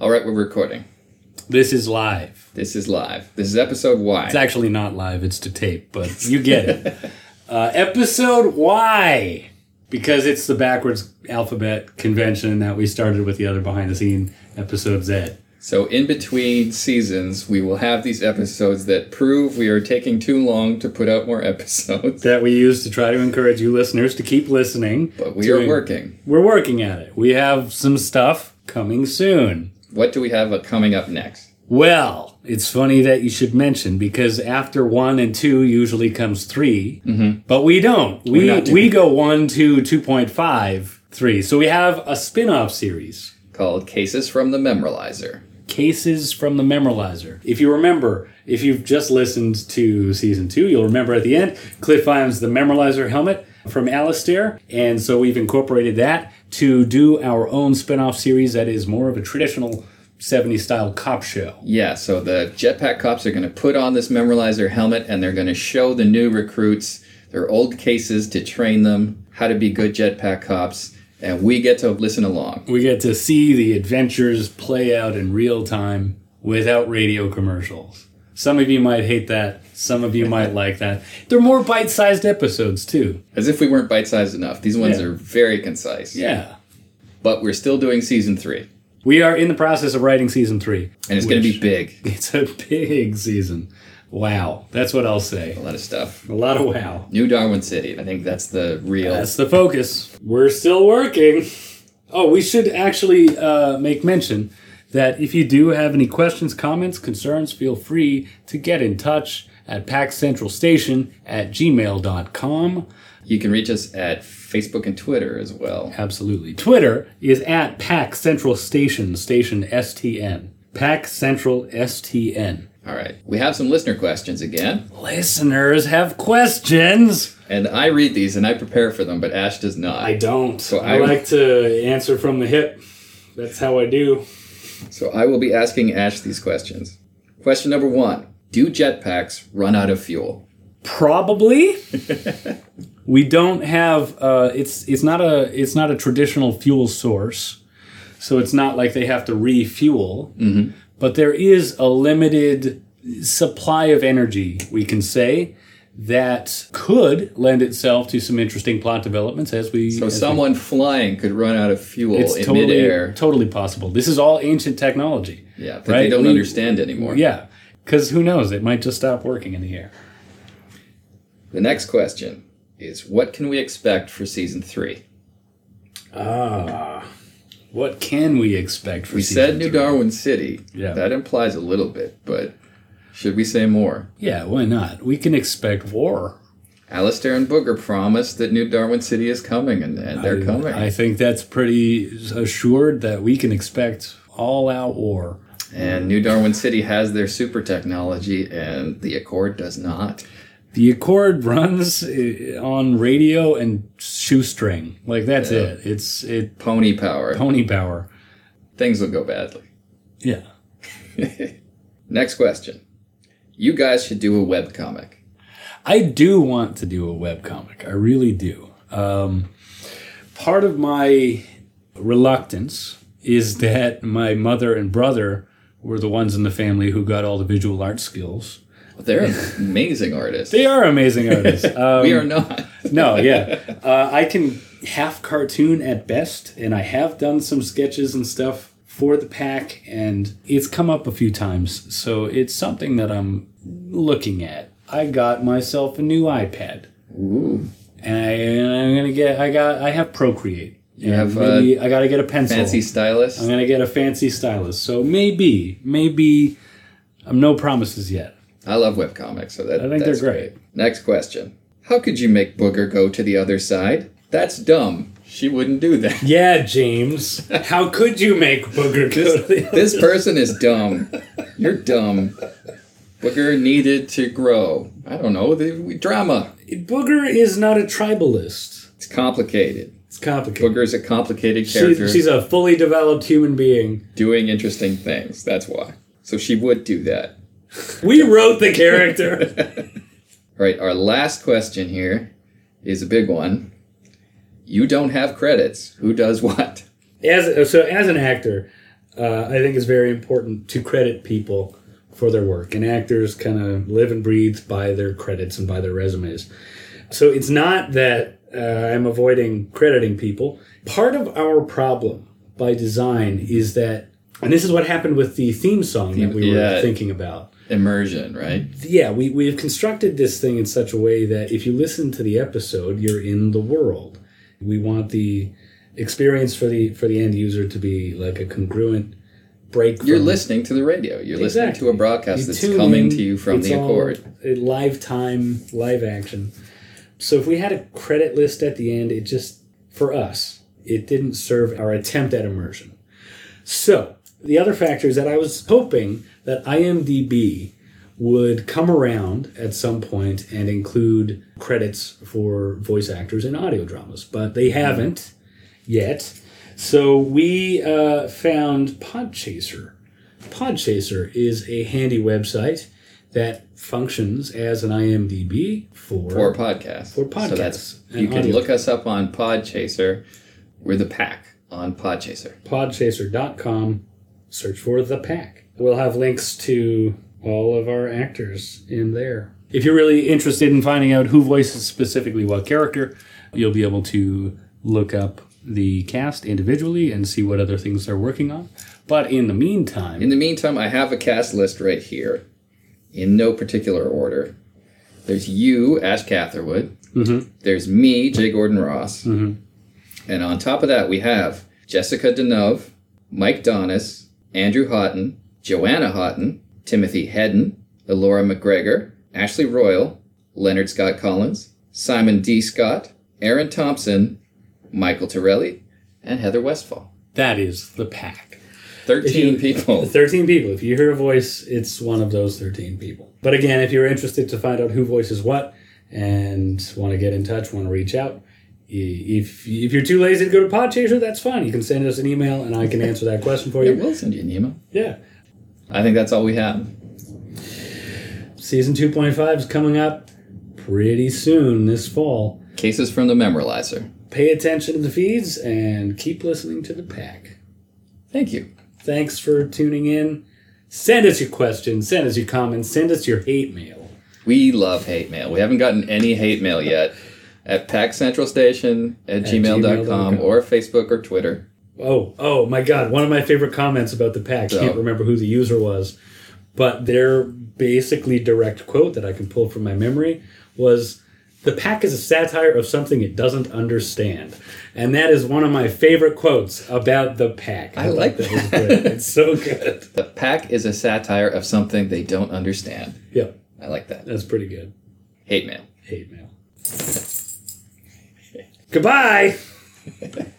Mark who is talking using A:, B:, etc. A: All right, we're recording.
B: This is live.
A: This is live. This is episode Y.
B: It's actually not live, it's to tape, but you get it. uh, episode Y, because it's the backwards alphabet convention that we started with the other behind the scene episode Z.
A: So, in between seasons, we will have these episodes that prove we are taking too long to put out more episodes.
B: That we use to try to encourage you listeners to keep listening.
A: But we
B: To-
A: are working.
B: We're working at it. We have some stuff coming soon.
A: What do we have uh, coming up next?
B: Well, it's funny that you should mention because after one and two usually comes 3 but we don't. We
A: Mm-hmm. not doing
B: we go one, two, two point five, three. So we have a spin-off series,
A: Called Cases from the Memorializer.
B: Cases from the Memorializer. If you remember, if you've just listened to season two, you'll remember at the end, Cliff finds the Memorializer helmet from Alistair, and so we've incorporated that to do our own spin-off series that is more of a traditional 70s style cop show.
A: Yeah, so the jetpack cops are going to put on this Memorializer helmet and they're going to show the new recruits their old cases to train them how to be good jetpack cops, and we get to listen along.
B: We get to see the adventures play out in real time without radio commercials. Some of you might hate that. Some of you might like that. They're more bite sized episodes, too.
A: As if we weren't bite sized enough. These ones
B: Yeah.
A: are very concise.
B: Yeah.
A: But we're still doing season three.
B: We are in the process of writing season three.
A: And it's going to be
B: which-
A: big.
B: It's a big season. Wow. That's what I'll say.
A: A lot of stuff.
B: A lot of wow.
A: New Darwin City. I think that's the real.
B: That's the focus. We're still working. Oh, we should actually uh, make mention that if you do have any questions, comments, concerns, feel free to get in touch at packcentralstation at gmail.com.
A: You can reach us at Facebook and Twitter as well.
B: Absolutely. Twitter is at Pack Central Station, station STN. Pack Central STN.
A: All right. We have some listener questions again.
B: Listeners have questions.
A: And I read these and I prepare for them, but Ash does not.
B: I don't. I,
A: I-
B: like to answer from the hip. That's how I do.
A: So I will be asking Ash these questions. Question number one Do jetpacks run out of fuel?
B: Probably. we don't have uh, it's it's not a it's not a traditional fuel source, so it's not like they have to refuel.
A: Mm-hmm.
B: But there is a limited supply of energy we can say that could lend itself to some interesting plot developments as we.
A: So
B: as we-
A: someone flying could run out of fuel
B: it's
A: in
B: totally
A: midair.
B: totally possible. This is all ancient technology.
A: Yeah, that they
B: right?
A: don't
B: We-
A: understand anymore.
B: Yeah, because who knows? It might just stop working in the air.
A: The next question is what can we expect for season three?
B: Ah. What can we expect for
A: We
B: season
A: said New
B: three?
A: Darwin City.
B: Yeah.
A: That implies a little bit, but should we say more?
B: Yeah, why not? We can expect war.
A: Alistair and Booger promise that New Darwin City is coming, and, and they're coming.
B: I think that's pretty assured that we can expect all out war.
A: and New Darwin City has their super technology, and the Accord does not.
B: The Accord runs eh, on radio and shoestring. Like that's it. It's it
A: Pony power.
B: pony power.
A: Things will go badly.
B: Yeah.
A: Next question. You guys should do a webcomic.
B: I do want to do a webcomic. I really do. Um, part of my reluctance is that my mother and brother were the ones in the family who got all the visual art skills.
A: They're amazing artists.
B: They are amazing artists. Um,
A: we are not.
B: no, yeah. Uh, I can half cartoon at best, and I have done some sketches and stuff for the pack, and it's come up a few times. So it's something that I'm looking at. I got myself a new iPad.
A: Ooh.
B: and I, and I'm gonna get. I got. I have Procreate. You
A: have, uh,
B: Maybe I gotta get a pencil.
A: Fancy stylist.
B: I'm gonna get a fancy stylus. So maybe, maybe. I'm no promises yet.
A: I love webcomics, so that,
B: I think
A: that's
B: they're great.
A: Next question. How could you make Booger go to the other side? That's dumb. She wouldn't do that.
B: Yeah, James. How could you make Booger go to the-
A: This person is dumb. You're dumb. Booger needed to grow. I don't know. The, we, drama.
B: Booger is not a tribalist.
A: It's complicated.
B: It's complicated.
A: Booger's a complicated
B: She,
A: character
B: she's a fully developed human being.
A: doing interesting things. That's why. So she would do that.
B: We wrote the character.
A: All right, our last question here is a big one. You don't have credits. Who does what?
B: as so as an actor uh, I think it's very important to credit people for their work. And actors kind of live and breathe by their credits and by their resumes. So it's not that uh, I'm avoiding crediting people. Part of our problem by design is that, and this is what happened with the theme song that we
A: Yeah.
B: were thinking about.
A: Immersion, right?
B: Yeah, we, we have constructed this thing in such a way that if you listen to the episode, you're in the world. We want the experience for the for the end user to be like a congruent break.
A: You're
B: from-
A: listening to the radio. You're listening to
B: Exactly.
A: a broadcast
B: You
A: that's
B: tune
A: coming
B: in,
A: to you from
B: it's
A: the
B: all
A: Accord.
B: a Live time, live action. So if we had a credit list at the end, it just, for us, it didn't serve our attempt at immersion. So the other factor is that I was hoping that IMDb would come around at some point and include credits for voice actors in audio dramas, but they haven't yet. So we uh, found Podchaser. Podchaser is a handy website that functions as an IMDb for,
A: Or podcasts.
B: Or
A: So that's,
B: podcasts and
A: you can
B: audio.
A: look us up on Podchaser. We're the pack on Podchaser.
B: podchaser.com. Search for The Pack. We'll have links to all of our actors in there. If you're really interested in finding out who voices specifically what character, you'll be able to look up the cast individually and see what other things they're working on. But in the meantime,
A: In the meantime, I have a cast list right here in no particular order. There's you, Ash Catherwood. There's me, Jay Gordon Ross. And on top of that, we have Jessica Deneuve, Mike Donis, Andrew Houghton, Joanna Houghton, Timothy Hedden, Elora McGregor, Ashley Royal, Leonard Scott Collins, Simon D. Scott, Aaron Thompson, Michael Torelli, and Heather Westfall.
B: that is The Pack.
A: 13 people.
B: 13 people. If you hear a voice, it's one of those 13 people. But again, if you're interested to find out who voices what and want to get in touch, want to reach out, i- if, if you're too lazy to go to Podchaser, that's fine. You can send us an email and I can answer that question for
A: I
B: you.
A: will send you an email.
B: Yeah.
A: I think that's all we have.
B: Season 2.5 is coming up pretty soon this fall.
A: Cases from the Memorializer.
B: Pay attention to the feeds and keep listening to the pack.
A: Thank you.
B: Thanks for tuning in. Send us your questions, send us your comments, send us your hate mail.
A: We love hate mail. We haven't gotten any hate mail yet at packcentralstation at, gmail.com
B: gmail.com.
A: or Facebook or Twitter.
B: Oh, oh my God! One of my favorite comments about the pack. Can't
A: So-
B: remember who the user was, but their basically direct quote that I can pull from my memory was, "The pack is a satire of something it doesn't understand," and that is one of my favorite quotes about the pack. I,
A: like
B: thought was good. It's so good.
A: The pack is a satire of something they don't understand.
B: Yep,
A: I like that.
B: that's pretty good.
A: Hate mail.
B: Hate mail. Goodbye.